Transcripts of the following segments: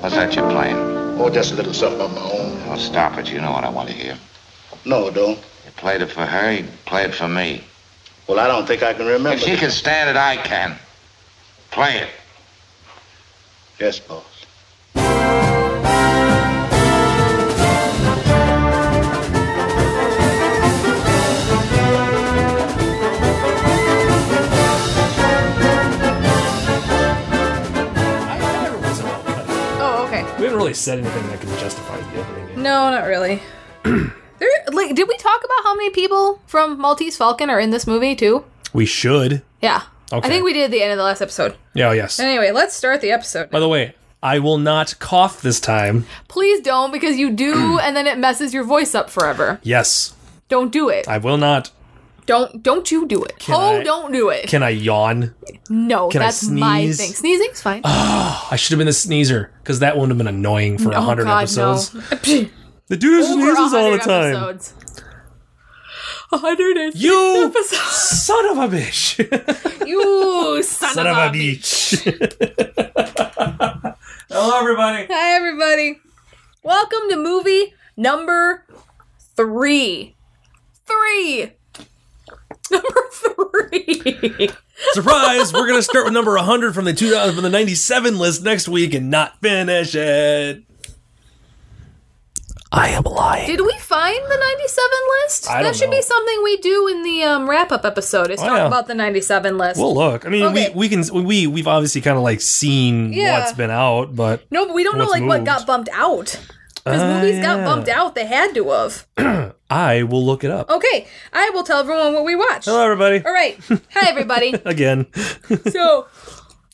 What's that you're playing? Or just a little something of my own. Oh, stop it. You know what I want to hear. No, don't. You played it for her, you play it for me. Well, I don't think I can remember. If she can stand it, I can. Play it. Yes, boss. I thought it was about that. Oh, okay. We haven't really said anything that can justify the opening. yet. No, not really. there, like, did we talk about how many people from Maltese Falcon are in this movie too? We should. Yeah. Okay. I think we did at the end of the last episode. Yeah, oh, yes. Anyway, let's start the episode. By the way, I will not cough this time. Please don't, because you do, and then it messes your voice up forever. Yes, Don't do it. I will not. Don't, don't you do it. oh, I- don't do it. Can I yawn? no, can I that's my sneeze? thing. Sneezing's fine. I should have been the sneezer because that would have been annoying for a oh 100 God, episodes. no. The dude Over sneezes all the 100 time. Episodes. 100 You episodes. son of a bitch. You son, son of a bitch. Hello, everybody. Hi, everybody. Welcome to movie number three. Three. Number three. Surprise! We're gonna start with number 100 from the 2000 from the 97 list next week and not finish it. I am lying. Did we find the 97 list? I don't that should know. be something we do in the um, wrap up episode. Is Oh, talk yeah. about the 97 list. Well, look. I mean, Okay. we we can we we've obviously kind of like seen Yeah. what's been out, but no, but we don't know what's like what moved? got bumped out. Because Ah, movies got yeah. bumped out, they had to have. I will look it up. Okay, I will tell everyone what we watched. Hello, everybody. All right. Hi, everybody. Again, so,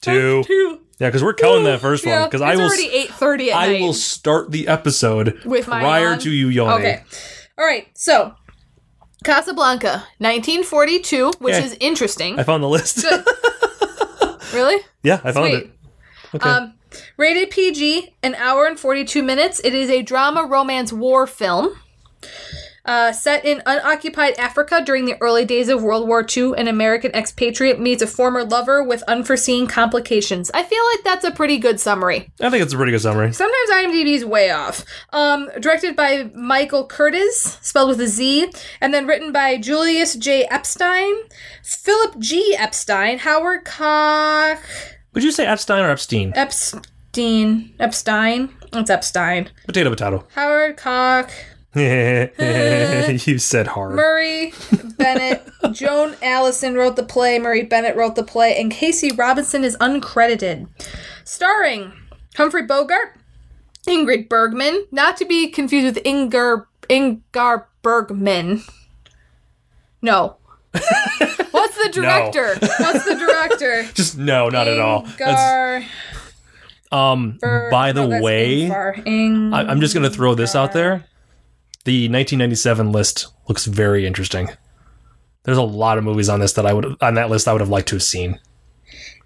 two. er, two. Yeah, because we're counting that first Yeah, one. Because I it's will. already s- eight thirty at I night. will start the episode With my prior yawn? to you yawning. okay, all right. So, Casablanca, nineteen forty-two, which Okay. is interesting. I found the list. really? yeah, I found Sweet. it. Okay. Um, rated PG, an hour and forty-two minutes. It is a drama, romance, war film. Uh, set in unoccupied Africa during the early days of World War II, an American expatriate meets a former lover with unforeseen complications. I feel like that's a pretty good summary. I think it's a pretty good summary. Sometimes IMDb's way off. Um, directed by Michael Curtis, spelled with a Z, and then written by Julius J. Epstein, Philip G. Epstein, Howard Koch Would you say Epstein or Epstein? Epstein Epstein. It's Epstein. Potato, potato. Howard Koch, you said hard. Murray Bennett, Joan Allison wrote the play, Murray Bennett wrote the play, and Casey Robinson is uncredited. Starring Humphrey Bogart, Ingrid Bergman, not to be confused with Inger Ingar Bergman. No. What's the director? What's the director? Just no, not at all. That's, Ingar um, Berg- by the no, that's way, I, Ingvar. Ing- I'm just gonna throw this out there. The 1997 list looks very interesting. There's a lot of movies on this that I would on that list I would have liked to have seen.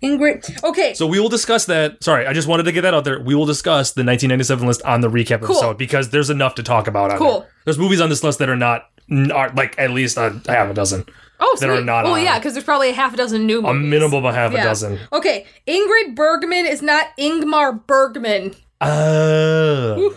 Ingrid. Okay. So we will discuss that. Sorry, I just wanted to get that out there. We will discuss the 1997 list on the recap episode because there's enough to talk about. On Cool. there. There's movies on this list that are not are like at least a half a dozen, oh, that are sweet. not Well, on yeah, it. because there's probably a half a dozen new a movies. minimum of a half Yeah. a dozen. Okay, Ingrid Bergman is not Ingmar Bergman. Oh.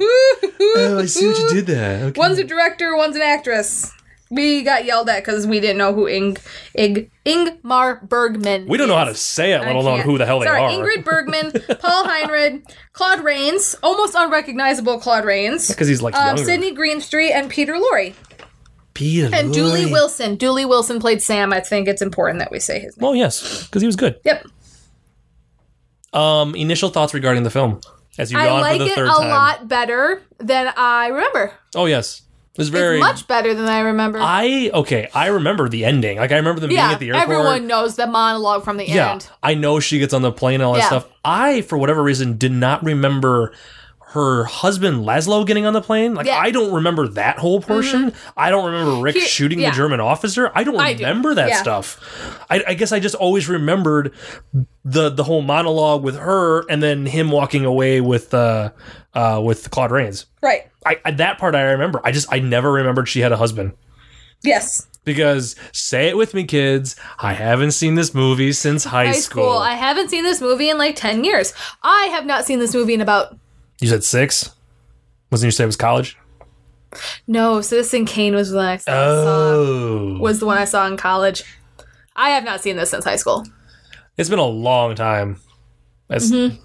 Oh, I see what you did there. Okay. one's a director, one's an actress. We got yelled at because we didn't know who Ing Ing Ingmar Bergman. we don't know how to is. say it, I let alone can't. who the hell Sorry, they are. Ingrid Bergman, Paul Heinrich, Claude Rains, almost unrecognizable Claude Rains, Because he's like um, younger. Sidney Greenstreet, and Peter Lorre, Peter and Dooley Lloyd. Wilson. Dooley Wilson played Sam. I think it's important that we say his name. Oh yes, because he was good. Yep. Um, initial thoughts regarding the film as you I yawn like for the it a third time. lot better than I remember. Oh yes, it was very It's much better than I remember. I okay. I remember the ending. Like I remember them being yeah, at the airport. everyone knows the monologue from the yeah, end. I know she gets on the plane and all that Yeah. stuff. I, for whatever reason, did not remember her husband Laszlo getting on the plane. Like Yeah. Mm-hmm. I don't remember that whole portion. I don't remember Rick He- shooting yeah. the German officer. I don't I do. remember that Yeah. stuff. I, I guess I just always remembered the the whole monologue with her and then him walking away with uh, uh with Claude Rains. Right. I, I that part I remember. I just I never remembered she had a husband. Yes. Because say it with me, kids. I haven't seen this movie since high, High school. I haven't seen this movie in like 10 years. I have not seen this movie in about You said six? Wasn't you say it was college? No, Citizen Kane was the one I saw. Oh. Was the one I saw in college. I have not seen this since high school. It's been a long time. That's, Mm-hmm.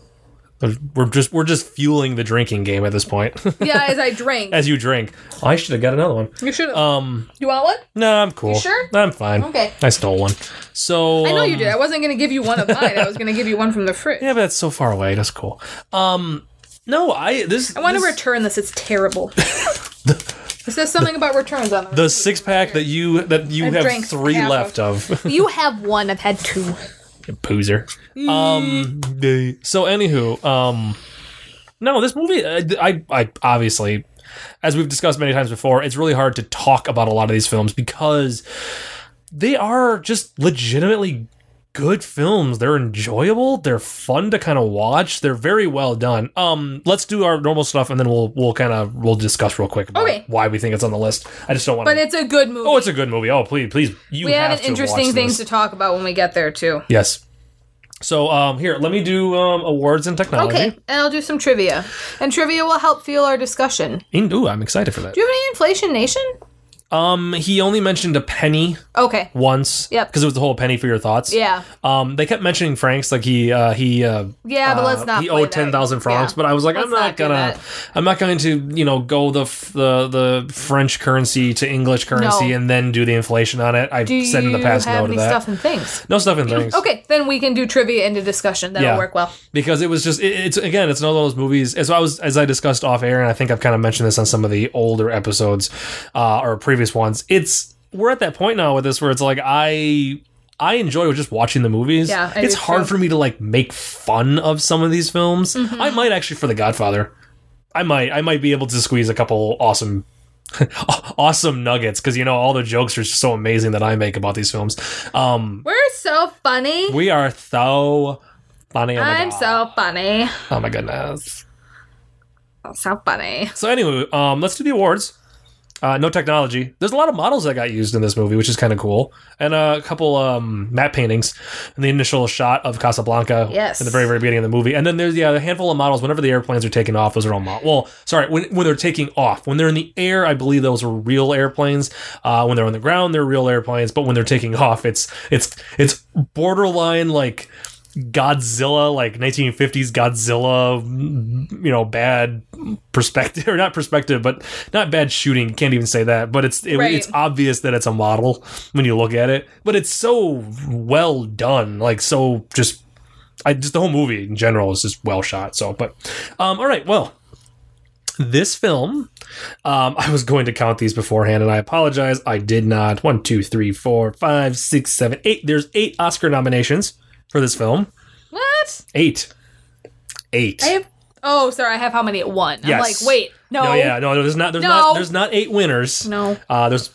We're just we're just fueling the drinking game at this point. Yeah, as I drink. As you drink, I should have got another one. you should have. Um, you want one? no, I'm cool. sure? I'm fine. Okay. I stole one. So I know you um, did. I wasn't going to give you one of mine. I was going to give you one from the fridge. Yeah, but that's so far away. That's cool. Um, no, I this. I want to this- return this. It's terrible. it says something about returns on the the six pack that you that you I have drank three half left of. You have one. I've had two. Poozer. Mm. Um. the- So anywho, um, no, this movie, I, I, I obviously, as we've discussed many times before, it's really hard to talk about a lot of these films because they are just legitimately good films. They're enjoyable. They're fun to kind of watch. They're very well done. Um, let's do our normal stuff and then we'll we'll kind of we'll discuss real quick about Okay. why we think it's on the list. I just don't want But to. it's a good movie. Oh, it's a good movie. Oh, please, please, you we have, have an to interesting watch things this. to talk about when we get there too. Yes. So um, here, let me do um, awards and technology. Okay, and I'll do some trivia, and trivia will help fuel our discussion. In- ooh, I'm excited for that. Do you have any Inflation Nation? Um, he only mentioned a penny Okay. once. Yep. Because it was the whole penny for your thoughts. Yeah. Um, they kept mentioning francs, like he uh, he uh, Yeah, but let's uh, not. he play owed that. ten thousand francs. Yeah. But I was like, Let's I'm not, not do gonna, that. I'm not going to, you know, go the f- the the French currency to English currency No. and then do the inflation on it. I've do said in the you past have no to any that. stuff and things? No stuff and things. Okay, then we can do trivia into discussion. That'll Yeah. work well. because it was just it, it's again it's another one of those movies as I was as I discussed off air and I think I've kind of mentioned this on some of the older episodes uh, or previous ones it's we're at that point now with this where it's like I I enjoy just watching the movies Yeah, I it's do hard too. Mm-hmm. for me to like make fun of some of these films I might actually for The Godfather I might I might be able to squeeze a couple awesome awesome nuggets because you know all the jokes are just so amazing that I make about these films um We're so funny. we are so funny oh my I'm God. so funny. Oh my goodness. So funny. So anyway, um, let's do the awards. Uh, no technology. There's a lot of models that got used in this movie, which is kind of cool, and a couple um, matte paintings in the initial shot of Casablanca. Yes. In the very very beginning of the movie, and then there's yeah, a handful of models. Whenever the airplanes are taking off, those are all models. Well, sorry, when when they're taking off, when they're in the air, I believe those are real airplanes. Uh, when they're on the ground, they're real airplanes. But when they're taking off, it's it's it's borderline like Godzilla, like 1950s Godzilla, mm, you know, bad perspective or not perspective, but not bad shooting. Can't even say that, but it's it, Right. it's obvious that it's a model when you look at it. But it's so well done, like so just. I just the whole movie in general is just well shot. So, but um, all right, well, this film um, I was going to count these beforehand, and I apologize. I did not. One, two, three, four, five, six, seven, eight. There's eight Oscar nominations for this film. What? Eight. Eight. I have. Oh, sorry. I have how many at one? I'm Yes. like, wait, no. No, yeah, no. There's not. There's No. not. There's not eight winners. No. Uh, there's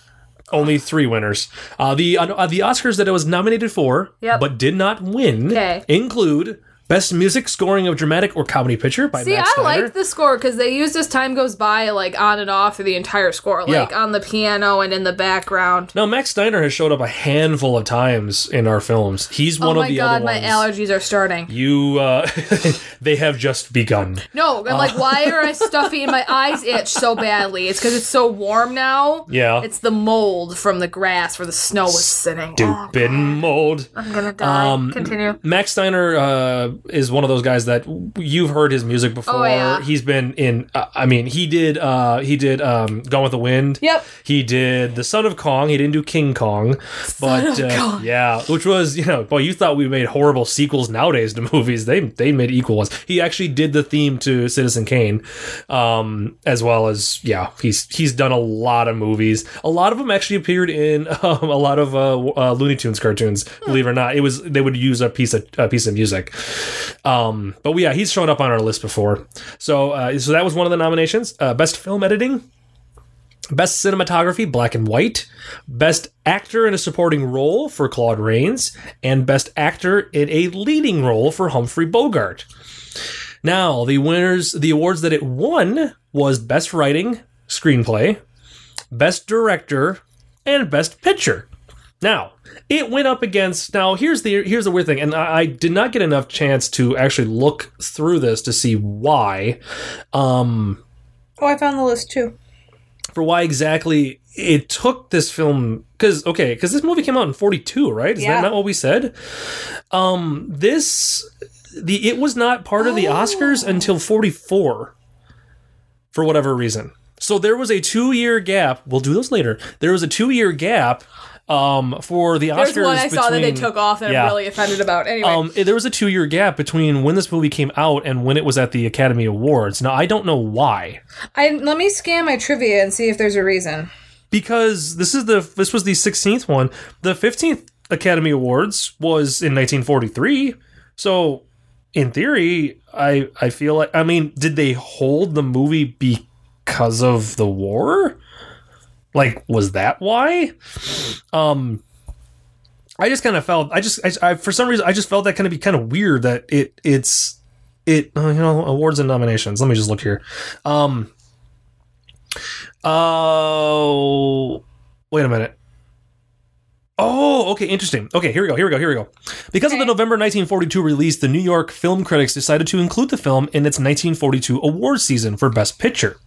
only three winners. Uh, the uh, the Oscars that it was nominated for, Yep. but did not win, Okay. include Best Music Scoring of Dramatic or Comedy Picture by See, Matt I Snyder. liked the score because they used as time goes by, like on and off through the entire score, like Yeah. on the piano and in the background. No, Max Steiner has showed up a handful of times in our films. He's one oh of my the god, other my ones. allergies are starting. you, uh, they have just begun. No, I'm Uh. like, why are I stuffy and my eyes itch so badly? It's because it's so warm now. Yeah. It's the mold from the grass where the snow was sitting. Oh, Stupid mold. I'm gonna die. Um, Continue. Max Steiner uh, is one of those guys that you've heard his music before. Oh, yeah. He's been in. Uh, I mean, he did. Uh, he did um, Gone with the Wind. Yep. He did The Son of Kong. He didn't do King Kong, but uh, yeah, which was you know, boy, you thought we made horrible sequels nowadays to movies. They they made equal ones. He actually did the theme to Citizen Kane, um, as well as yeah, he's he's done a lot of movies. A lot of them actually appeared in um, a lot of uh, uh, Looney Tunes cartoons. Believe it or not, it was they would use a piece of a piece of music. Um, but yeah, he's shown up on our list before. So uh, so that was one of the nominations. Uh, best film editing. Best cinematography, black and white. Best actor in a supporting role for Claude Rains, and best actor in a leading role for Humphrey Bogart. Now, the winners, the awards that it won was best writing, screenplay, best director, and best picture. Now, it went up against. Now, here's the here's the weird thing, and I, I did not get enough chance to actually look through this to see why, um, Oh, I found the list too. for why exactly it took this film. Because okay, because this movie came out in '42, right? Is Yeah. that not what we said? Um, this the it was not part of Oh. the Oscars until '44, for whatever reason. So there was a two year gap. We'll do those later. There was a two year gap. Um, for the Oscars, There's one I saw that they between- took off that yeah. I'm really offended about. Anyway, Um, there was a two year gap between when this movie came out and when it was at the Academy Awards. Now I don't know why, I let me scan my trivia and see if there's a reason. because this is the this was the 16th one. The 15th Academy Awards was in 1943, so in theory, I I feel like I mean, did they hold the movie because of the war? Like, was that why? Um. I just kind of felt I just I, I for some reason I just felt that kind of be kind of weird that it it's it oh, you know awards and nominations let me just look here um oh wait a minute oh okay interesting okay here we go here we go here we go because of the Okay. november 1942 release the new york film critics decided to include the film in its 1942 award season for best picture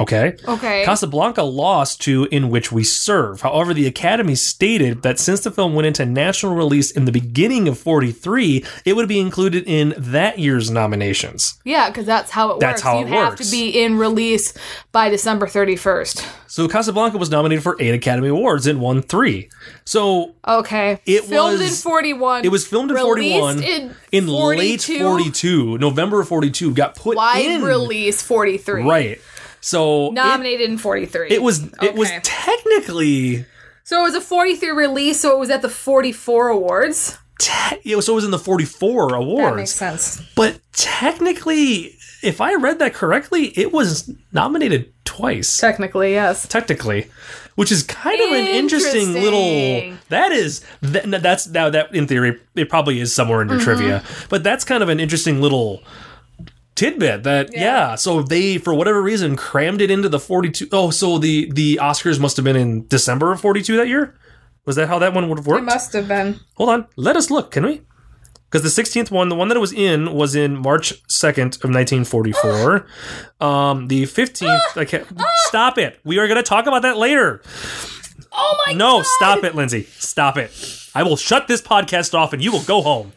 okay Okay. Casablanca lost to In Which We Serve. However, the Academy stated that since the film went into national release in the beginning of 43, it would be included in that year's nominations. yeah, because that's how it That's works. how you it have works. to be in release by December 31st. So Casablanca was nominated for eight Academy Awards and won three. So Okay. It filmed in was- 41. it was filmed in released 41. in, in 42, late 42, November of 42, got put Wide in. release 43. Right. So it- Nominated in 43. It, was it was Okay. technically So it was a 43 release, so it was at the 44 awards. te- it was, so it was in the 44 awards. That makes sense. But technically, if I read that correctly, it was nominated twice. Technically, yes. Technically, which is kind of an interesting little. Interesting. That is that, that's now that in theory it probably is somewhere in your Mm-hmm. trivia, but that's kind of an interesting little tidbit that yeah. So they for whatever reason crammed it into the forty two. Oh, so the the Oscars must have been in December of forty two that year. Was that how that one would have It worked? must have been. Hold on. Let us look, can we? Because the 16th one, the one that it was in, was in March 2nd of 1944. um, the 15th, I can't. Stop it. We are going to talk about that later. Oh my No, stop it, Lindsay. Stop it. I will shut this podcast off and you will go home.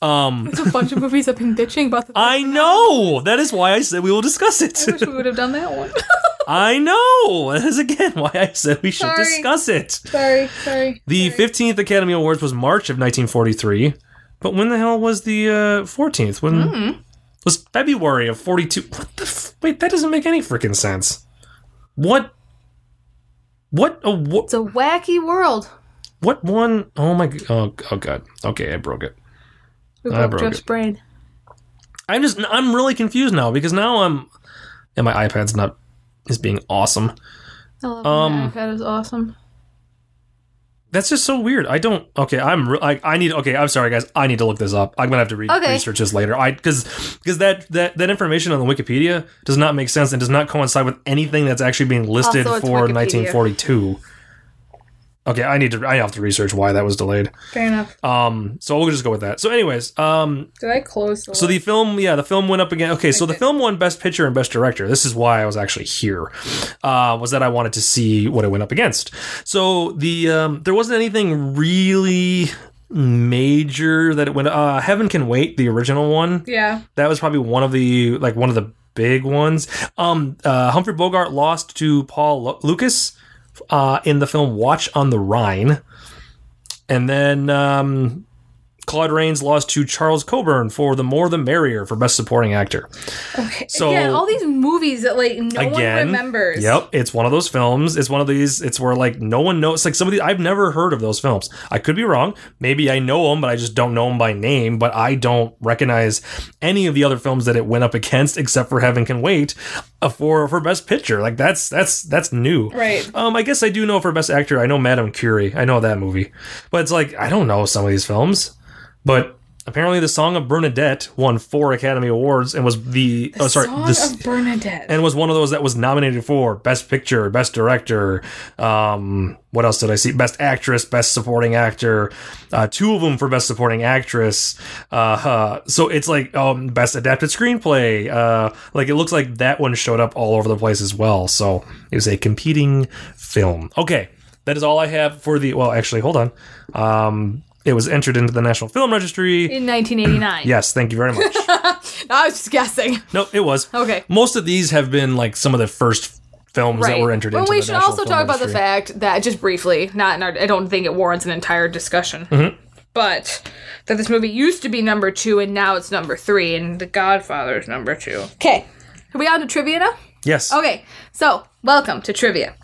There's a bunch of movies I've been bitching about. The I know. That is why I said we will discuss I wish it. we would have done that one. I know. That is again why I said we should Sorry. discuss it. sorry, sorry. The 15th Academy Awards was March of 1943, but when the hell was the uh, 14th? When was February of 42? What the f- wait? That doesn't make any freaking sense. What? What? A, what? It's a wacky world. What one? Oh my! g- Oh, g- oh god. Okay, I broke it. We I broke Jeff's it. brain. I'm just. I'm really confused now because now I'm. And my iPad's not is being awesome. I love Um, that. That is awesome. That's just so weird. I don't. Okay, I'm re- like I need. Okay, I'm sorry, guys. I need to look this up. I'm gonna have to re- Okay. research this later. I because because that that that information on the Wikipedia does not make sense and does not coincide with anything that's actually being listed Also, it's for Wikipedia. 1942. Okay, I need to. I have to research why that was delayed. Fair enough. Um, so we'll just go with that. So, anyways, um, Did I close the so the film, yeah, the film went up again. Okay, so the did. film won Best Picture and Best Director. This is why I was actually here, uh, was that I wanted to see what it went up against. So the um, there wasn't anything really major that it went. Uh, Heaven Can Wait, the original one, Yeah. that was probably one of the like one of the big ones. Um, uh, Humphrey Bogart lost to Paul Lu- Lucas uh, in the film Watch on the Rhine, and then um, Claude Rains lost to Charles Coburn for The More the Merrier for Best Supporting Actor. Okay. So- again, all these movies that like no Again, one remembers. Yep, it's one of those films. It's one of these. It's where like no one knows. It's like some of these I've never heard of those films. I could be wrong. Maybe I know them, but I just don't know them by name. But I don't recognize any of the other films that it went up against, except for Heaven Can Wait, uh, for for Best Picture. Like that's that's that's new. Right. Um, I guess I do know for Best Actor. I know Madame Curie. I know that movie, but it's like I don't know some of these films. But Apparently, the Song of Bernadette won four Academy Awards and was the, oh sorry Song this, of Bernadette. and was one of those that was nominated for Best Picture, Best Director. Um, what else did I see? Best Actress, Best Supporting Actor. Uh, two of them for Best Supporting Actress. Uh, uh, so it's like um, Best Adapted Screenplay. Uh, like it looks like that one showed up all over the place as well. So it was a competing film. Okay, that is all I have for the. Well, actually, hold on. Um, it was entered into the National Film Registry. in 1989. Yes, thank you very much. No, I was just guessing. No, it was. Okay. Most of these have been like some of the first films that were entered But into we the should National also Film talk about the Registry. fact that just briefly, not in our, I don't think it warrants an entire discussion, Mm-hmm. but that this movie used to be number two and now it's number three, and The Godfather is number two. Okay, are we on to trivia now? Yes. Okay, so welcome to trivia.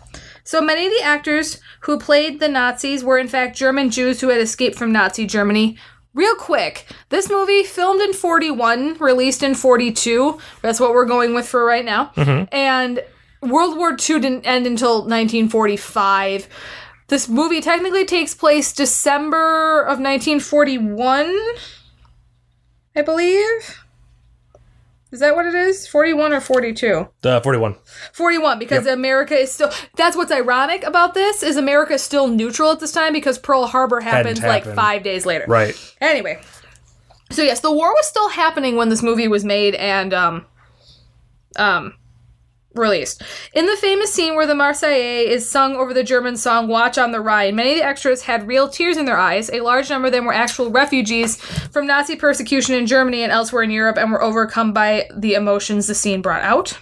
So many of the actors who played the Nazis were in fact German Jews who had escaped from Nazi Germany. Real quick, this movie filmed in 41, released in 42. That's what we're going with for right now. And World War II didn't end until 1945. This movie technically takes place December of 1941, I believe. Is that what it is? 41 or 42? Uh, 41. 41 because America is still that's what's ironic about this is America is still neutral at this time because Pearl Harbor happens like happened. 5 days later. Right. Anyway. So yes, the war was still happening when this movie was made and um um released. In the famous scene where the Marseillaise is sung over the German song Watch on the Rhine, many of the extras had real tears in their eyes. A large number of them were actual refugees from Nazi persecution in Germany and elsewhere in Europe and were overcome by the emotions the scene brought out.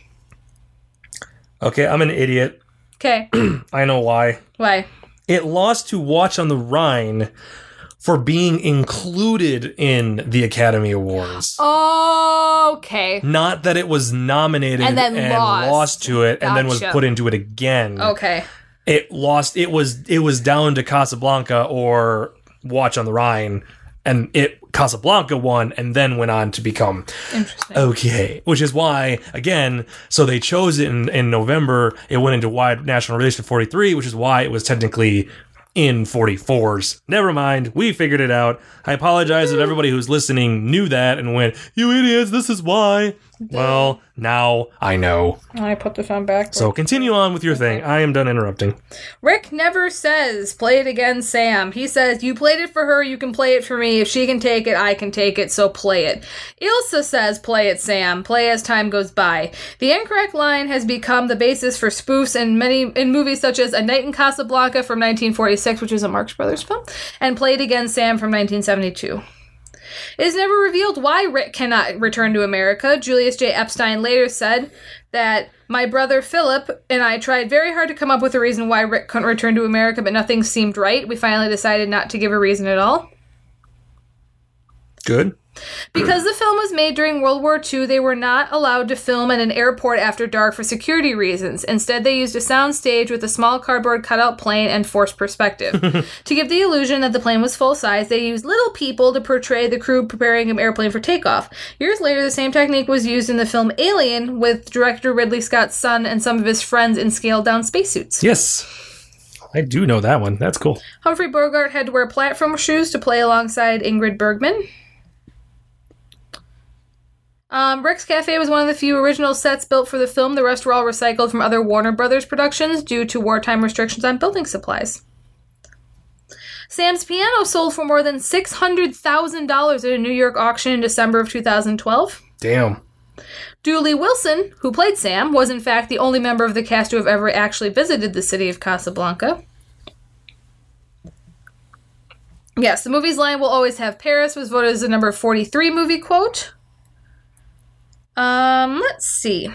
Okay, I'm an idiot. Okay. I know why. Why? It lost to Watch on the Rhine for being included in the Academy Awards. Oh. Okay. Not that it was nominated And then lost. lost to it and then was Gotcha. put into it again. Okay. It lost it was it was down to Casablanca or Watch on the Rhine and it Casablanca won and then went on to become Interesting. Okay, which is why again, so they chose it in, in November. It went into wide national release in '43, which is why it was technically in 44s. Never mind, we figured it out. I apologize if everybody who's listening knew that and went, "You idiots, this is why." Well, now I know. I put this on back. So continue on with your thing. I am done interrupting. Rick never says, play it again, Sam. He says, you played it for her, you can play it for me. If she can take it, I can take it, so play it. Ilsa says, play it, Sam. Play as time goes by. The incorrect line has become the basis for spoofs in many in movies such as A Night in Casablanca from 1946, which is a Marx Brothers film, and Play It Again, Sam from 1972. It is never revealed why Rick cannot return to America. Julius J. Epstein later said that my brother Philip and I tried very hard to come up with a reason why Rick couldn't return to America, but nothing seemed right. We finally decided not to give a reason at all. Good. Because the film was made during World War II, they were not allowed to film at an airport after dark for security reasons. Instead, they used a sound stage with a small cardboard cutout plane and forced perspective. to give the illusion that the plane was full size, they used little people to portray the crew preparing an airplane for takeoff. Years later, the same technique was used in the film Alien with director Ridley Scott's son and some of his friends in scaled down spacesuits. Yes, I do know that one. That's cool. Humphrey Bogart had to wear platform shoes to play alongside Ingrid Bergman. Um, Rick's Cafe was one of the few original sets built for the film. The rest were all recycled from other Warner Brothers productions due to wartime restrictions on building supplies. Sam's piano sold for more than $600,000 at a New York auction in December of 2012. Damn. Dooley Wilson, who played Sam, was in fact the only member of the cast to have ever actually visited the city of Casablanca. Yes, the movie's line will always have Paris was voted as the number 43 movie quote. Um, let's see.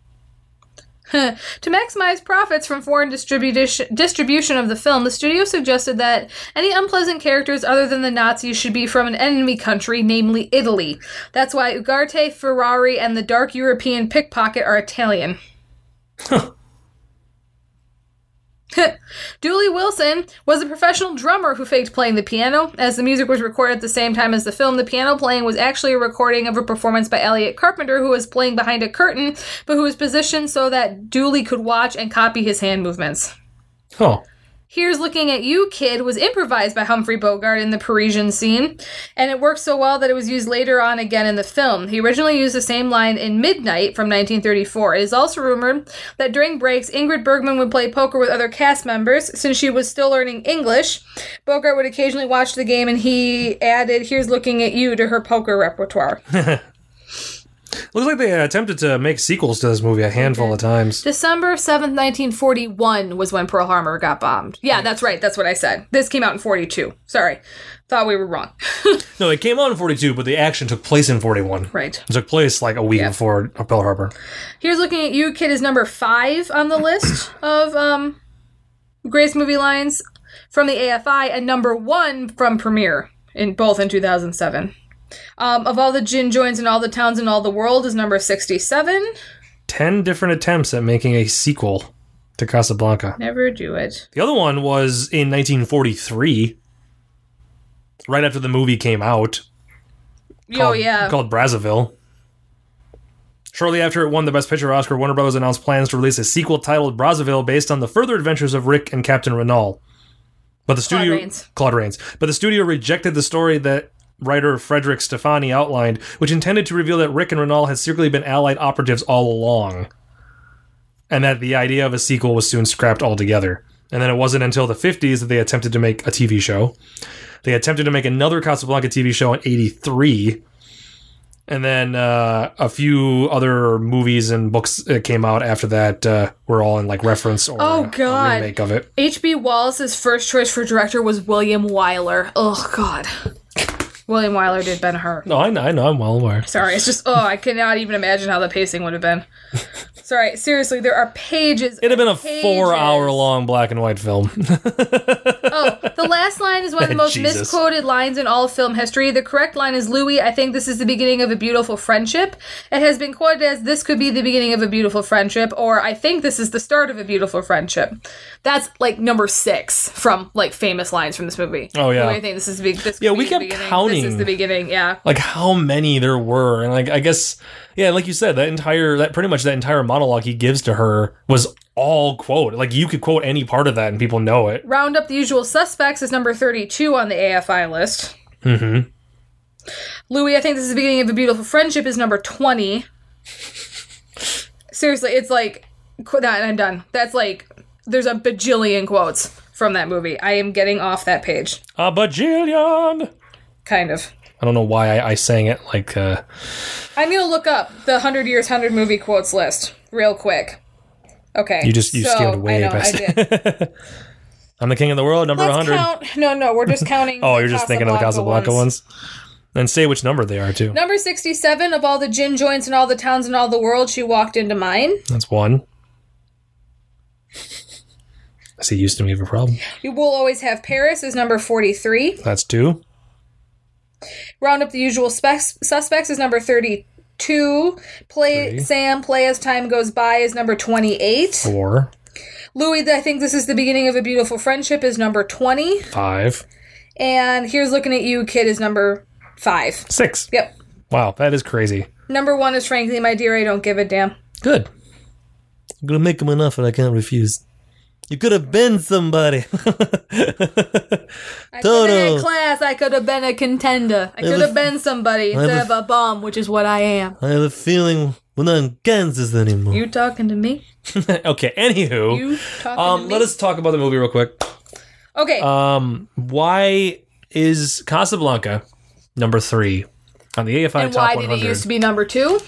to maximize profits from foreign distribution distribution of the film, the studio suggested that any unpleasant characters other than the Nazis should be from an enemy country, namely Italy. That's why Ugarte, Ferrari, and the dark European pickpocket are Italian. Dooley Wilson was a professional drummer who faked playing the piano. As the music was recorded at the same time as the film, the piano playing was actually a recording of a performance by Elliot Carpenter, who was playing behind a curtain, but who was positioned so that Dooley could watch and copy his hand movements. Oh, Here's Looking at You, Kid was improvised by Humphrey Bogart in the Parisian scene, and it worked so well that it was used later on again in the film. He originally used the same line in Midnight from 1934. It is also rumored that during breaks, Ingrid Bergman would play poker with other cast members. Since she was still learning English, Bogart would occasionally watch the game and he added, Here's Looking at You to her poker repertoire. Looks like they uh, attempted to make sequels to this movie a handful of times. December 7th, 1941 was when Pearl Harbor got bombed. Yeah, that's right. That's what I said. This came out in 42. Sorry. Thought we were wrong. No, it came out in 42, but the action took place in 41. right. It took place like a week before Pearl Harbor. Here's looking at you, kid, is number five on the list of um, greatest movie lines from the AFI and number one from Premiere, in both in 2007. Um, of all the gin joints in all the towns in all the world is number 67. 10 different attempts at making a sequel to Casablanca. Never do it. The other one was in 1943, right after the movie came out. oh, called- yeah. called Brazzaville. Shortly after it won the Best Picture Oscar, Warner Brothers announced plans to release a sequel titled Brazzaville based on the further adventures of Rick and Captain Renault. But the Claude studio Rains. Claude Rains. But the studio rejected the story that writer Frederick Stefani outlined, which intended to reveal that Rick and Renault had secretly been allied operatives all along. And that the idea of a sequel was soon scrapped altogether. And then it wasn't until the 50s that they attempted to make a TV show. They attempted to make another Casablanca TV show in 83 and then uh, a few other movies and books that came out after that uh, were all in like reference or Oh, a- God. A remake of it. H.B. Wallace's first choice for director was William Wyler. Oh God, William Wyler did Ben Hur. No, I know, I know, I'm well aware. Sorry, it's just oh, I cannot even imagine how the pacing would have been. Sorry, seriously, there are pages. It'd have been a Pages. four-hour-long black and white film. Oh, the last line is one of the most Jesus. misquoted lines in all of film history. The correct line is Louis, I think this is the beginning of a beautiful friendship. It has been quoted as this could be the beginning of a beautiful friendship, or I think this is the start of a beautiful friendship. That's like number six from like famous lines from this movie. Oh, yeah. Louis, I think this is the big this Yeah, could we be kept the beginning. counting. This is the beginning, yeah. like how many there were, and like I guess, yeah, like you said, that entire, that pretty much that entire monologue he gives to her was all quote. Like you could quote any part of that, and people know it. Round Up the Usual Suspects is number 32 on the AFI list. Mm-hmm. Louis, I think this is the beginning of a beautiful friendship is number 20. Seriously, it's like qu- that I'm done. That's like there's a bajillion quotes from that movie. I am getting off that page. A bajillion. Kind of. I don't know why I, I sang it like. uh I'm going to look up the 100 years 100 movie quotes list real quick. Okay. You just you so, skimmed way I know, past I did. Let's it. I'm the king of the world, number 100. count. No, no, we're just counting Oh, the you're just thinking of the Casablanca ones. And say which number they are too. Number 67 of all the gin joints in all the towns in all the world, she walked into mine. That's one. I see Houston, we have a problem. You will always have Paris is number 43. That's two. Round up the usual specs, suspects is number 32. Play Three. Sam play as time goes by is number 28. Four. Louis the- I think this is the beginning of a beautiful friendship is number 20 Five. and here's looking at you kid is number 5. Six. Yep. Wow, that is crazy. Number 1 is frankly my dear I don't give a damn. Good. I'm gonna make him an offer I can't refuse. You could have been somebody. I could have been in Toto. class, I could have been a contender. I could was- have been somebody was- instead of a bomb, which is what I am. I have a feeling we're not in Kansas anymore. You talking to me? okay, anywho. You talking to um, me? let us talk about the movie real quick. okay. Um, why is Casablanca number three on the AFI And Top why 100? did it used to be number two?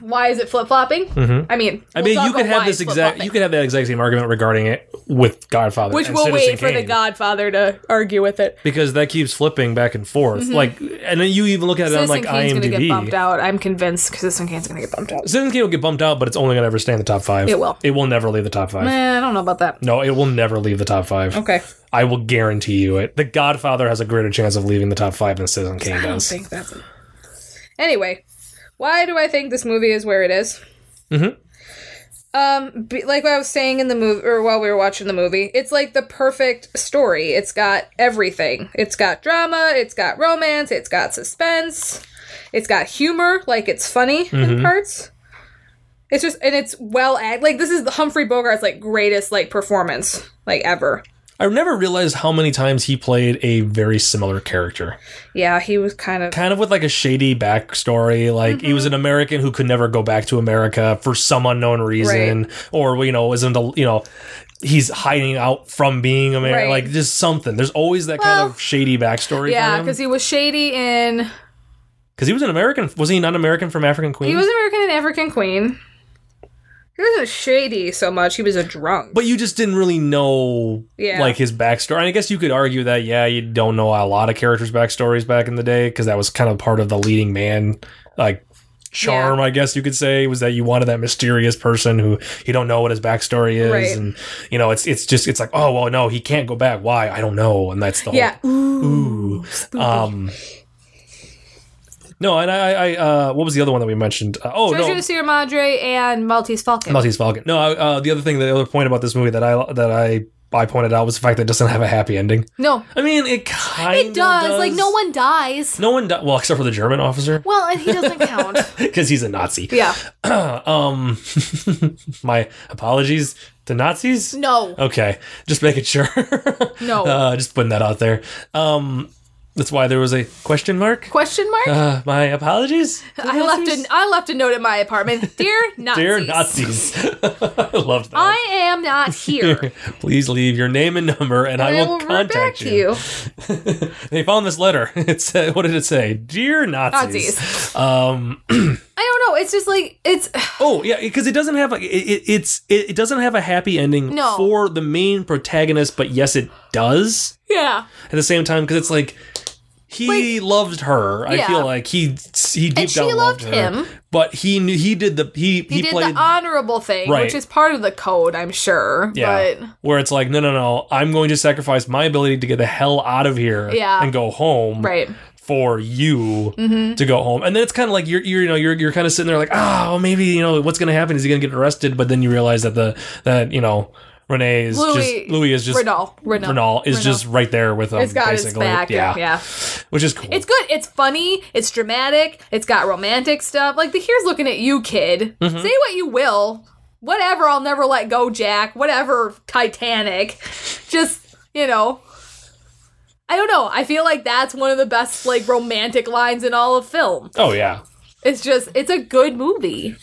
Why is it flip flopping? I mean, Mm-hmm. I we'll mean, talk you could about have why this it's exact, flip-flopping. you could have that exact same argument regarding it with Godfather, which and we'll Citizen wait for the Kane, Godfather to argue with it. because that keeps flipping back and forth. Like, and then you even look at it on Mm-hmm. Citizen like Kane's gonna get bumped IMDb. out. I'm convinced Citizen Kane's gonna get bumped out. Citizen Kane will get bumped out, but it's only gonna ever stay in the top five. It will. It will never leave the top five. Eh, I don't know about that. No, it will never leave the top five. Okay, I will guarantee you it. The Godfather has a greater chance of leaving the top five than Citizen Kane I don't does. think that's. Anyway, why do I think this movie is where it is? Mhm. Um, be- like I was saying in the movie, or while we were watching the movie, it's like the perfect story. It's got everything. It's got drama. It's got romance. It's got suspense. It's got humor. Like it's funny in parts. It's just and it's well act. Like this is the Humphrey Bogart's like greatest like performance like ever. I never realized how many times he played a very similar character. Yeah, he was kind of. Kind of with like a shady backstory. Like he Mm-hmm. was an American who could never go back to America for some unknown reason. Or, you know, isn't, a, you know, he's hiding out from being American. Right. Like just something. There's always that Well, kind of shady backstory. Yeah, Because because he was shady in. he, was an American. Was he not American from African Queen? He was American and African Queen. He wasn't shady so much. He was a drunk. but you just didn't really know Yeah. like his backstory. And I guess you could argue that yeah, you don't know a lot of characters' backstories back in the day because that was kind of part of the leading man like charm. I guess you could say was that you wanted that mysterious person who you don't know what his backstory is, Right. and you know it's it's just it's like oh well no he can't go back why I don't know and that's the whole yeah. Ooh. Um, no, and I, I, uh, what was the other one that we mentioned? Uh, oh Treasure no, of the Sierra Madre and Maltese Falcon. Maltese Falcon. No, I, uh, the other thing, the other point about this movie that I that I I pointed out was the fact that it doesn't have a happy ending. no, I mean, it kind it does. Like no one dies. no one, di- well, except for the German officer Well, and he doesn't count. because he's a Nazi. yeah. um, my apologies to Nazis. No. Okay, just making sure. No. uh, just putting that out there. Um, that's why there was a question mark. Question mark. Uh, my apologies. to I left Nazis? a I left a note at my apartment. Dear Nazis. Dear Nazis. I love that. I am not here. Please leave your name and number, and I, I will will write back contact to you. They found this letter. It said, "What did it say? Dear Nazis." Nazis. Um. I don't know. It's just like it's Oh yeah, because it doesn't have a, it, it, it's it, it doesn't have a happy ending No. for the main protagonist, but yes, it does yeah. at the same time because it's like he loved her. I Yeah. feel like he he deep she down loved, loved her, him. but he knew he did the he he, He, did played the honorable thing, Right. which is part of the code, I'm sure. Yeah. But Where it's like, no, no, no, I'm going to sacrifice my ability to get the hell out of here Yeah. and go home right. for you Mm-hmm. to go home. And then it's kind of like you're, you're, you know, you're, you're kind of sitting there like, oh, maybe, you know, what's going to happen? Is he going to get arrested? But then you realize that the, that, you know, Renee is Louis- just, Louis is just, Renal. Renal. Renal is just right there with him. It's got its basically. back. Yeah. yeah. Which is cool. It's good. It's funny. It's dramatic. It's got romantic stuff. Like the here's looking at you, kid. Mm-hmm. Say what you will. Whatever. I'll never let go, Jack. Whatever. Titanic. Just you know. I don't know. I feel like that's one of the best like romantic lines in all of film. oh, yeah. It's just it's a good movie.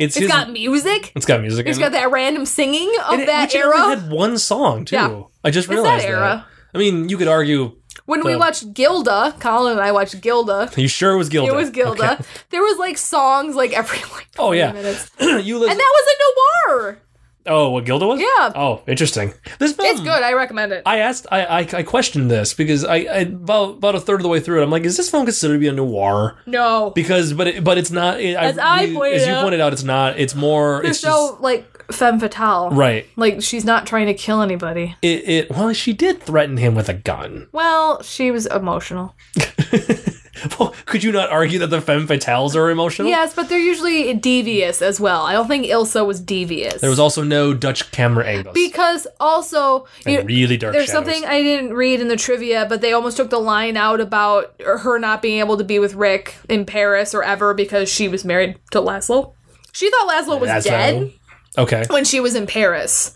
It's, It's his, got music. it's got music. It's in it. got that random singing of And it- that which it only era. had one song, too. Yeah. I just that realized that. era. I mean, you could argue, When we the- watched Gilda, Colin and I watched Gilda. you sure it was Gilda? It was Gilda. Okay. There was like songs like every like Oh, 20 yeah. minutes. you listen. And that was a noir. Oh, what Gilda was? Yeah. Oh, interesting. This film. It's good. I recommend it. Hmm. I asked. I, I I questioned this because I, I about about a third of the way through it. I'm like, is this film considered to be a noir? no. Because, but it, but it's not. It, As I you- pointed as you out- pointed out, it's not. It's more. They're It's so, just like, femme fatale. right. Like, she's not trying to kill anybody. It, it. Well, she did threaten him with a gun. Well, she was emotional. Well, Could you not argue that the femme fatales are emotional? Yes, but they're usually devious as well. I don't think Ilsa was devious. There was also no Dutch camera angles. because also you- and really dark. there's shadows. something I didn't read in the trivia, but they almost took the line out about her not being able to be with Rick in Paris or ever because she was married to Laszlo. She thought Laszlo was That's dead. how- Okay. when she was in Paris.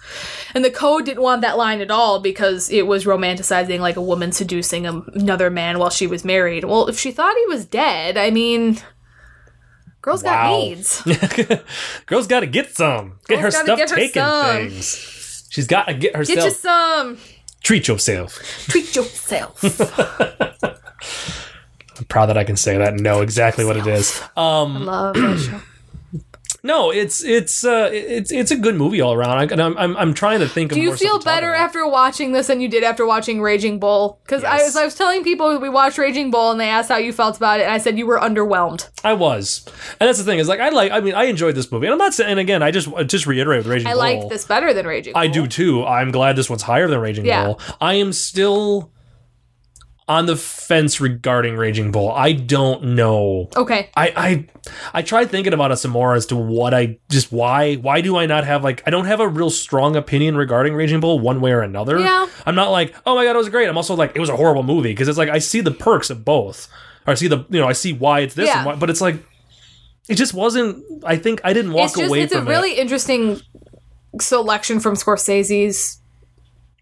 And the code didn't want that line at all because it was romanticizing like a woman seducing a- another man while she was married. Well, if she thought he was dead, I mean, girls Wow. got needs. Girl's got to get some. Get Girl's her gotta stuff get her taken. some. Things. She's got to get herself. Get you some. Treat yourself. Treat yourself. I'm proud that I can say that and know exactly what it is. Love that show. No, it's it's uh, it's it's a good movie all around. I, and I'm, I'm I'm trying to think. of Do you more stuff feel to talk better about. after watching this than you did after watching Raging Bull? Because I, Yes. was- I was telling people we watched Raging Bull and they asked how you felt about it, and I said you were underwhelmed. I was, and that's the thing is like I like. I mean, I enjoyed this movie, and I'm not saying. And again, I just just reiterate with Raging I Bull. liked this better than Raging I Bull. do too. I'm glad this one's higher than Raging Yeah. Bull. I am still on the fence regarding Raging Bull. I don't know. Okay. I, I I tried thinking about it some more as to what I just why why do I not have like I don't have a real strong opinion regarding Raging Bull one way or another. Yeah. I'm not like oh my god it was great. I'm also like it was a horrible movie because it's like I see the perks of both. Or I see the you know I see why it's this Yeah. and why, but it's like it just wasn't. I think I didn't walk it's just away it's from a it. really interesting selection from Scorsese's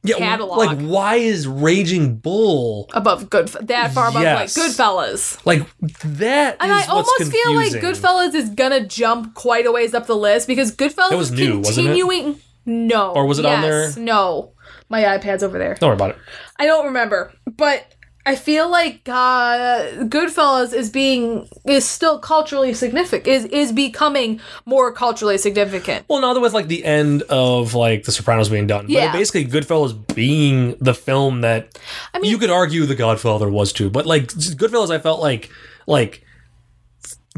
yeah, catalog. like why is Raging Bull above good that far above Yes. like Goodfellas. like that? And is I almost what's feel like confusing. Goodfellas is gonna jump quite a ways up the list because Goodfellas That was is new, wasn't it? continuing. No, Or was it on Yes, there? No, my iPad's over there. Don't worry about it. I don't remember, but I feel like uh, Goodfellas is being is still culturally significant. Is is becoming more culturally significant. Well, no, that was like the end of like The Sopranos being done. Yeah. But basically, Goodfellas being the film that I mean, you could argue The Godfather was too, but like Goodfellas, I felt like like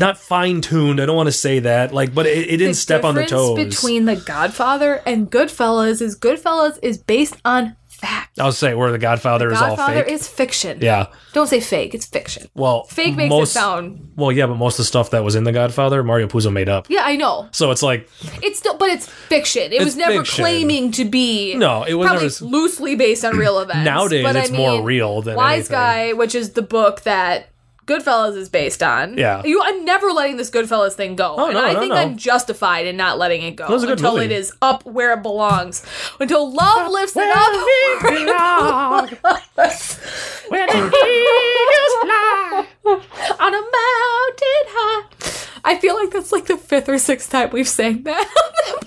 not fine tuned. I don't want to say that, like, but it, it didn't step on the toes. difference between The Godfather and Goodfellas is Goodfellas is based on fact. I was say where The Godfather is all Godfather fake. is fiction. yeah. Don't say fake. It's fiction. Well, Fake makes most, it sound. Well, yeah, but most of the stuff that was in The Godfather, Mario Puzo made up. Yeah, I know. So it's like It's still, but it's fiction. It was It's never fiction. claiming to be. No, it was probably never- loosely based on real events. Nowadays, but I it's more mean, real than Wise anything. Guy, which is the book that Goodfellas is based on. Yeah. you. I'm never letting this Goodfellas thing go, Oh, and no, I no, think no. I'm justified in not letting it go was a good until movie. it is up where it belongs. Until love lifts it up. where it on a mountain high. I feel like that's like the fifth or sixth time we've sang that on the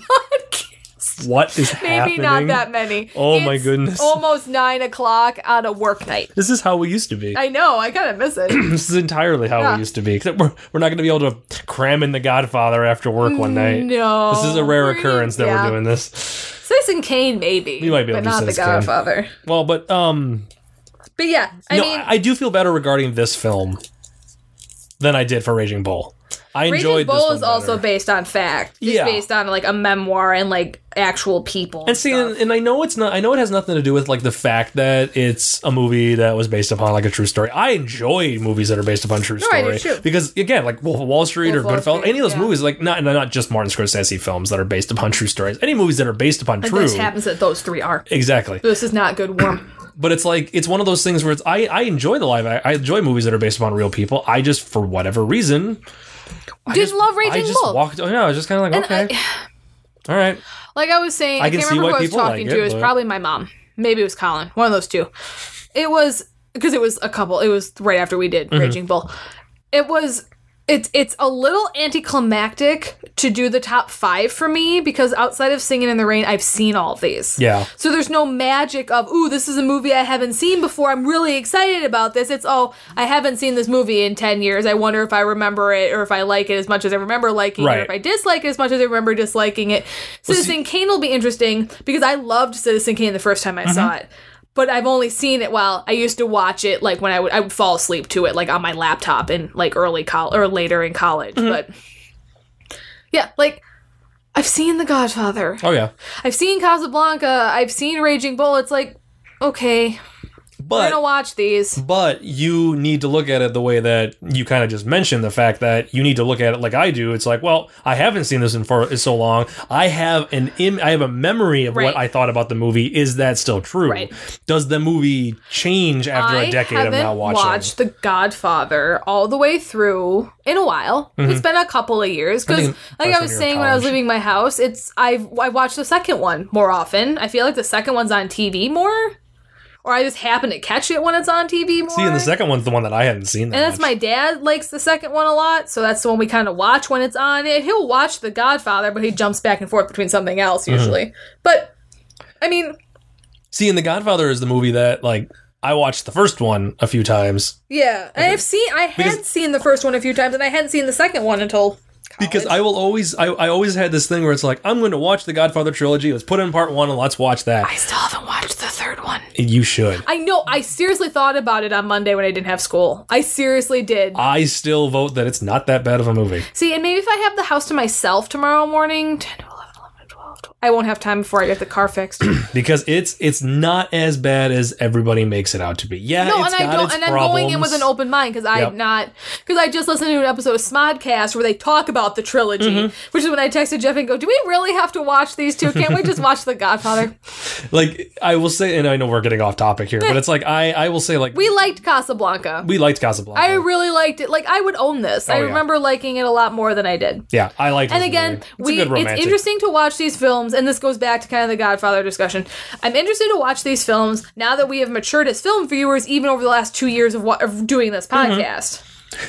podcast. what is Maybe happening? not that many. Oh my goodness. Almost nine o'clock on a work night. This is how we used to be. I know. I kind of miss it. this is entirely how Yeah. we used to be. Except we're, we're not going to be able to cram in The Godfather after work one night. Mm, No. This is a rare We're- occurrence that yeah. we're doing this. Citizen Kane, maybe. We might be able to but do not the Citizen Kane. Godfather. Well, but um, But yeah, I no, mean, I do feel better regarding this film than I did for Raging Bull. I Raging enjoyed this Bull one is also better. based on fact. It's Yeah. based on like a memoir and like actual people. And see, and, and I know it's not. I know it has nothing to do with like the fact that it's a movie that was based upon like a true story. I enjoy movies that are based upon true No, I story do too. because again, like Wolf of Wall Street Wolf of or Wall Goodfellas, Street, any of those yeah. movies, like not and not just Martin Scorsese films that are based upon true stories. Any movies that are based upon But true. this happens that those three are. Exactly, This is not good warm. but it's like it's one of those things where it's I, I enjoy the live. I, I enjoy movies that are based upon real people. I just for whatever reason Didn't love I Raging just Bull. walked. Oh yeah, I was just kind of like And okay, all right. Like I was saying, I, can can't see remember who why I was people like talking it, to. It was but- probably my mom. Maybe it was Colin. One of those two. It was because it was a couple. It was right after we Mm-hmm. did Raging Bull. It was. It's it's a little anticlimactic to do the top five for me because outside of Singing in the Rain, I've seen all of these. Yeah. So there's no magic of ooh, this is a movie I haven't seen before. I'm really excited about this. It's oh, I haven't seen this movie in ten years. I wonder if I remember it or if I like it as much as I remember liking it, or Right. if I dislike it as much as I remember disliking it. Citizen Kane will be interesting because I loved Citizen Kane the first time I saw it. But I've only seen it while I used to watch it like when I would I would fall asleep to it like on my laptop in like early college or later in college. But yeah, like I've seen The Godfather. Oh yeah, I've seen Casablanca. I've seen Raging Bull. It's like, okay, we're but gonna watch these. But you need to look at it the way that you kind of just mentioned the fact that you need to look at it like I do. It's like, well, I haven't seen this in for so long. I have an Im- I have a memory of Right. what I thought about the movie. Is that still true? Right. Does the movie change after I a decade of haven't not watching? watched The Godfather all the way through in a while. It's been a couple of years because, Mm-hmm. think like that's I when was you're saying in when I was college. leaving my house, it's I've I watched the second one more often. I feel like the second one's on TV more, or I just happen to catch it when it's on TV more. See, and the second one's the one that I hadn't seen. That And that's much. my dad likes the second one a lot, so that's the one we kind of watch when it's on. And he'll watch The Godfather, but he jumps back and forth between something else usually. But I mean, See, and The Godfather is the movie that like I watched the first one a few times yeah, I have seen I had Because- seen the first one a few times, and I hadn't seen the second one until because I will always I, I always had this thing where it's like I'm going to watch The Godfather trilogy. Let's put in part one and let's watch that. I still haven't watched the third one. you should. I know. I seriously thought about it on Monday when I didn't have school. I seriously did. I still vote that it's not that bad of a movie. See, and maybe if I have the house to myself tomorrow morning, 10, 11, 11, 12, 12, I won't have time before I get the car fixed. because it's it's not as bad as everybody makes it out to be. Yeah, No, it's and I got don't. its And I'm problems. going in with an open mind because I'm Yep. not because I just listened to an episode of Smodcast where they talk about the trilogy, Mm-hmm. which is when I texted Jeff and go, "Do we really have to watch these two? Can't we just watch The Godfather?" Like I will say, and I know we're getting off topic here, but it's like I I will say like we, We liked Casablanca. liked Casablanca. I really liked it. Like I would own this. I Oh, yeah. remember liking it a lot more than I did. yeah, I liked. And this again, movie. It's a we good it's romantic. interesting to watch these films and this goes back to kind of the Godfather discussion. I'm interested to watch these films now that we have matured as film viewers, even over the last two years of, what, of doing this Mm-hmm. podcast.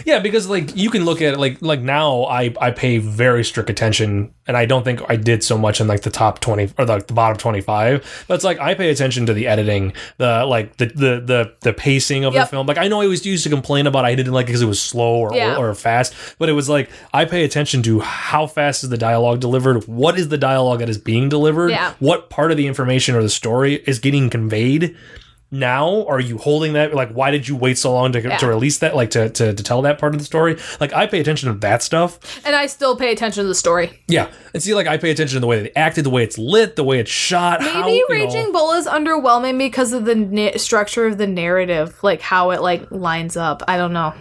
Yeah, because like you can look at it like like now I I pay very strict attention and I don't think I did so much in like the top 20 or like the bottom 25. But it's like I pay attention to the editing, the like the the the, the pacing of Yep. the film. Like I know I was used to complain about I didn't like it because it was slow or Yeah. or fast, but it was like I pay attention to how fast is the dialogue delivered, what is the dialogue that is being delivered, Yeah. what part of the information or the story is getting conveyed now are you holding that like why did you wait so long to, Yeah. to release that like to, to to tell that part of the story like i pay attention to that stuff And I still pay attention to the story. yeah and see like i pay attention to the way they acted the way it's lit the way it's shot how, Maybe you know- Raging Bull is underwhelming because of the na- structure of the narrative, like how it like lines up. I don't know.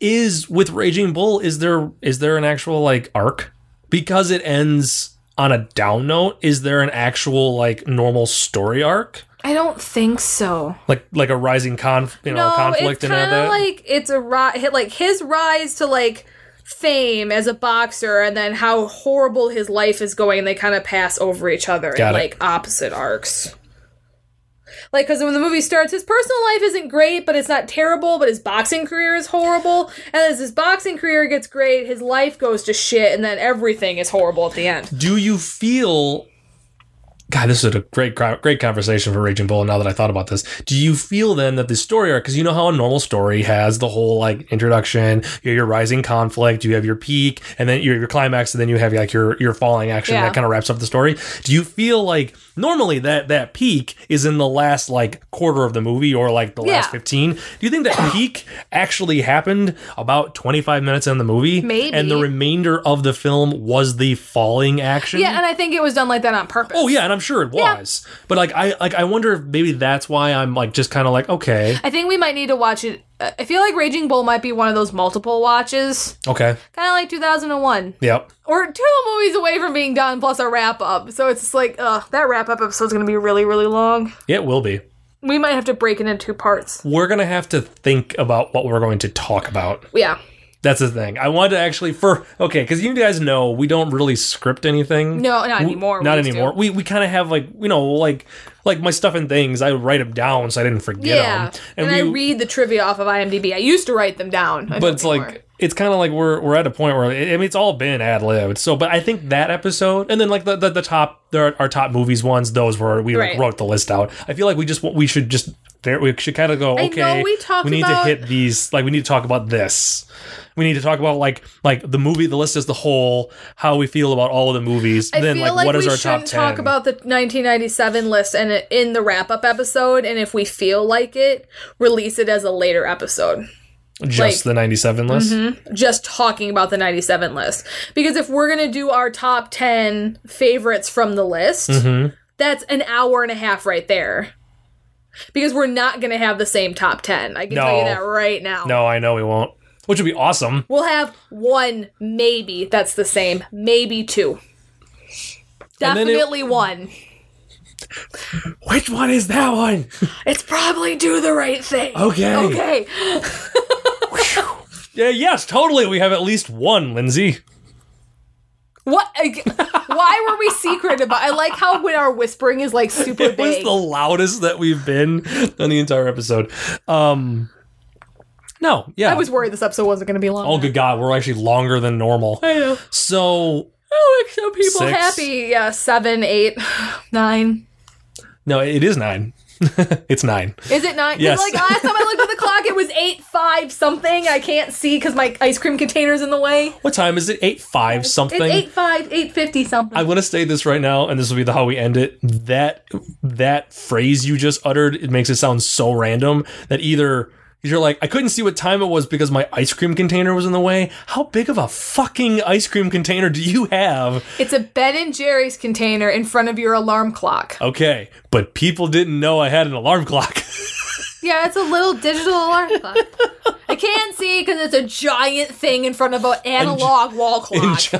is with raging bull is there is there an actual like arc because it ends on a down note is there an actual like normal story arc I don't think so. like like a rising conf you know conflict it's and all kind that of like it's a ri- hit- like his rise to like fame as a boxer, and then how horrible his life is going, and they kind of pass over each other in Got it. like opposite arcs. Like, because when the movie starts, his personal life isn't great, but it's not terrible. But his boxing career is horrible, and as his boxing career gets great, his life goes to shit, and then everything is horrible at the end. do you feel God, this is a great great conversation for Raging Bull. Now that I thought about this, do you feel then that the story arc? Because you know how a normal story has the whole like introduction, you have your rising conflict, you have your peak, and then your, your climax, and then you have like your your falling action Yeah. that kind of wraps up the story. Do you feel like normally that that peak is in the last like quarter of the movie or like the last Yeah. fifteen? Do you think that peak actually happened about twenty five minutes in the movie, Maybe. and the remainder of the film was the falling action? Yeah, and I think it was done like that on purpose. Oh yeah, and I'm sure it Yeah. was. But like I like I wonder if maybe that's why I'm like just kind of like okay, I think we might need to watch it. uh, I feel like Raging Bull might be one of those multiple watches. okay, kind of like 2001 yep. or two movies away from being done plus a wrap up so it's just like ugh, that wrap up episode's gonna be really really long It will be. we might have to break it into two parts We're gonna have to think about what we're going to talk about. yeah That's the thing. I wanted to actually for okay because you guys know we don't really script anything. No, not We- anymore. We Not used to. anymore. We we kind of have like you know like like my stuff and things. I write them down so I didn't forget yeah 'em. and, we, i read the trivia off of imdb i used to write them down but I don't it's anymore. like it's kind of like we're we're at a point where I mean it's all been ad libbed. So, but I think that episode and then like the the, the top there are our top movies ones those were we Right. like wrote the list out. I feel like we just we should just there we should kind of go I okay. know we talked need about- to hit these like we need to talk about this. We need to talk about like like the movie the list as the whole how we feel about all of the movies. I then feel like like, what we is our top shouldn't ten? talk about the 1997 list and it- in the wrap up episode, and if we feel like it, release it as a later episode. just like- Mm-hmm. the ninety seven list. just talking about the 97 list because if we're going to do our top 10 favorites from the list Mm-hmm. that's an hour and a half right there because we're not going to have the same top 10 i can tell you No. that right now No, I know we won't. Which would be awesome. we'll have one maybe that's the same maybe two And then it- definitely one Which one is that one? it's probably do the right thing Okay. okay Yeah, yes, totally. We have at least one, Lindsay. what why were we secret about i like how when our whispering is like super it was big the loudest that we've been on the entire episode. Um, no, yeah. i was worried this episode wasn't going to be long oh, good God, we're actually longer than normal. I know. So Oh, make some people Six. happy. Yeah, seven, eight, nine. no, it is nine. it's nine. Is it nine? 'Cause, Yes. Like last time I looked at the clock, it was eight five something. I can't see because my ice cream container's in the way. What time is it? Eight five something. It's eight five, eight fifty something. I'm gonna say this right now, and this will be the how we end it. That that phrase you just uttered, it makes it sound so random that either you're like, I couldn't see what time it was because my ice cream container was in the way. How big of a fucking ice cream container do you have? it's a Ben and Jerry's container in front of your alarm clock. Okay, but people didn't know I had an alarm clock. Yeah, it's a little digital alarm clock. I can't see because it's a giant thing in front of an analog wall clock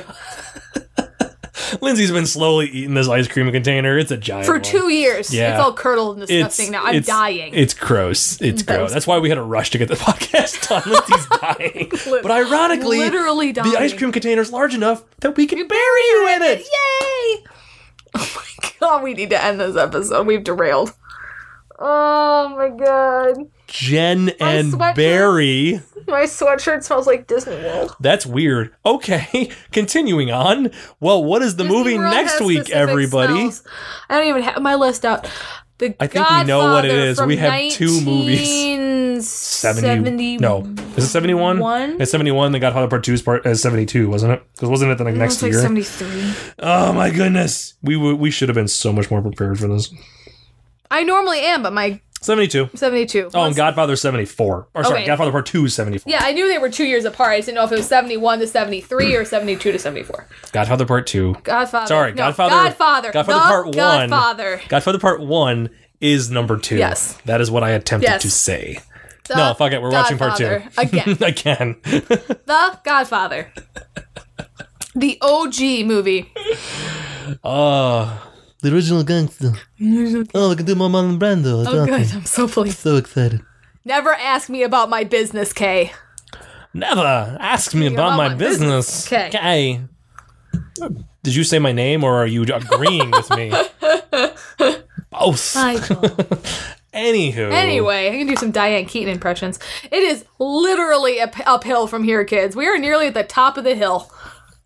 Lindsay's been slowly eating this ice cream container. It's a giant for one. two years. Yeah. It's all curdled and disgusting now. I'm it's- dying. It's gross. It's That gross. was- That's why we had a rush to get the podcast done. Lindsay's dying. but ironically, literally the ice dying. cream container is large enough that we can bury you in it. Yay! Oh we need to end this episode. We've derailed. Oh my god. Jen My and sweater. Barry. My sweatshirt smells like Disney World. That's weird. Okay, continuing on. Well, what is the Disney movie World has next week, specific everybody? smells. I don't even have my list out. The I think we know what it Godfather is. We from have two movies. 70, 1970 no is it 71 one? it's 71 then godfather part 2 is part uh, 72 wasn't it because wasn't it the It was next like year 73. oh my goodness we w- we should have been so much more prepared for this I normally am, but my 72 72. oh and godfather 74 or sorry Okay. godfather part 2 is 74 Yeah, I knew they were two years apart. I just didn't know if it was 71 to 73 or 72 to 74. godfather part 2 Godfather. Sorry, No, Godfather- Godfather. Godfather The Part One. Godfather. godfather part 1 is number 2 Yes. that is what i attempted Yes. to say The no fuck it we're watching part 2 Godfather. Again. again the Godfather. The OG movie. uh the original gangster oh i can do my man brando Oh, good. I'm so pleased. so excited Never ask me about my business, Kay. Never ask me about, about my, my business. business. 'Kay. Okay. Did you say my name or are you agreeing with me? Both. Anywho. Anyway, I can do some Diane Keaton impressions. It is literally up- uphill from here, kids. We are nearly at the top of the hill.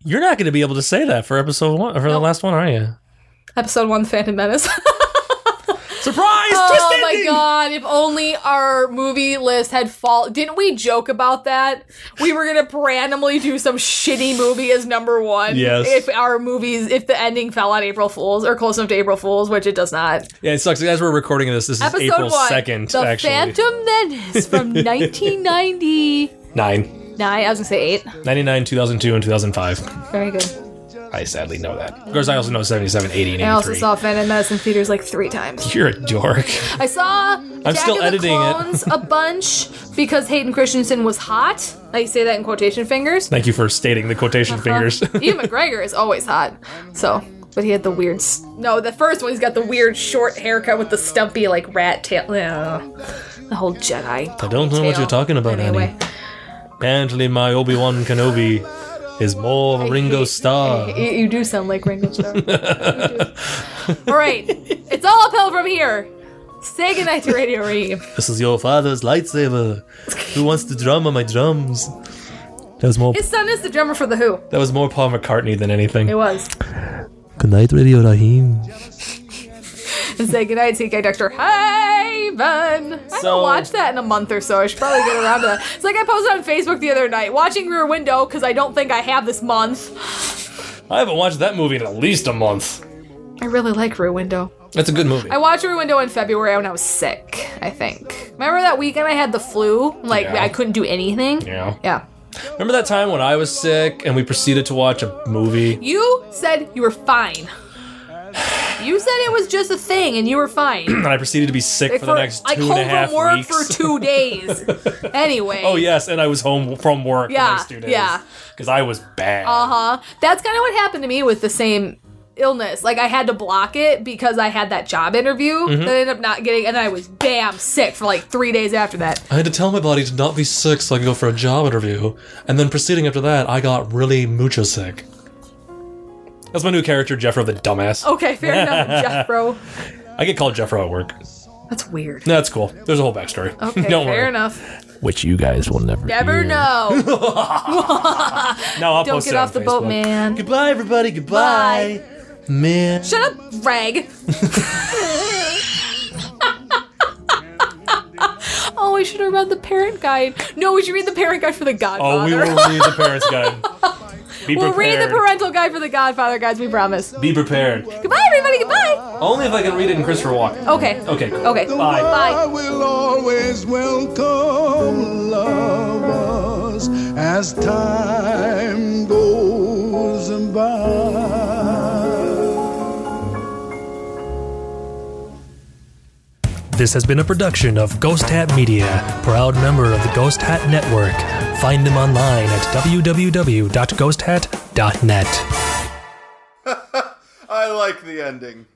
You're not going to be able to say that for episode one, or for the last one, are you? Oh Episode one, Phantom Menace. Surprise! Oh twist my ending! god, if only our movie list had fall didn't we joke about that? We were gonna randomly do some shitty movie as number one. Yes. If our movies if the ending fell on April Fools or close enough to April Fools, which it does not. Yeah, it sucks. As we're recording this, this is Episode April one 2nd, The actually. Phantom Menace from nineteen ninety Nine. nine. I was gonna say eight. 99, 2002, and 2005. Very good. I sadly know that. Of course, I also know 77, 80, and 83. I also saw Phantom Menace in theaters like three times. You're a dork. I saw Jack still of the editing it. Clones a bunch because Hayden Christensen was hot. I say that in quotation fingers. Thank you for stating the quotation Uh-huh. fingers. Ian McGregor is always hot. So, but he had the weird. s- No, the first one he's got the weird short haircut with the stumpy like rat tail. Ugh. The whole Jedi. I don't know what ponytail. you're talking about, Annie. Anyway, Apparently, my Obi Wan Kenobi is more of a Ringo Starr. you, you do sound like Ringo Starr. You do. all right, it's all uphill from here. Say goodnight to Radio Ream. This is your father's lightsaber. Who wants to drum on my drums? That was more. His son is the drummer for the Who. That was more Paul McCartney than It anything. was. Good night, Radio Rahim. And say goodnight to EK Dr. Haven. I So- haven't watched that in a month or so. I should probably get around to that. It's like I posted on Facebook the other night, watching Rear Window because I don't think I have this month. I haven't watched that movie in at least a month. I really like Rear Window. That's a good movie. I watched Rear Window in February when I was sick, I think. Remember that weekend I had the flu? Like, Yeah. I couldn't do anything? yeah. Yeah. Remember that time when I was sick and we proceeded to watch a movie? You said you were fine. You said it was just a thing and you were fine. And I proceeded to be sick for, the next like two home and a half from work weeks. for two days. anyway. oh yes, and I was home from work Yeah, the next two days. yeah. Because I was bad. Uh huh. That's kind of what happened to me with the same illness. Like I had to block it because I had that job interview Mm-hmm. that I ended up not getting, and then I was damn sick for like three days after that. I had to tell my body to not be sick so I could go for a job interview, and then proceeding after that, I got really mucho sick. That's my new character, Jeffro the dumbass. Okay, fair enough, Jeff, bro. I get called Jeffro at work. That's weird. That's cool. There's a whole backstory. Okay, Don't fair worry. enough. Which you guys will never Never know. No, I'll Don't post get it on off the boat, Facebook. man. Goodbye, everybody. Goodbye, man. Shut up, rag. oh, we should have read the parent guide. No, we should read the parent guide for the Godfather. oh, we will read the parents' guide. Be we'll read the prepared. parental guide for the Godfather, guys. We promise. Be prepared. Goodbye, everybody. Goodbye. Only if I can read it in Christopher Walken. Okay. Okay. cool. Okay. Bye. Bye. I will always welcome lovers as time goes by. This has been a production of Ghost Hat Media, proud member of the Ghost Hat Network. Find them online at www.ghosthat.net. I like the ending.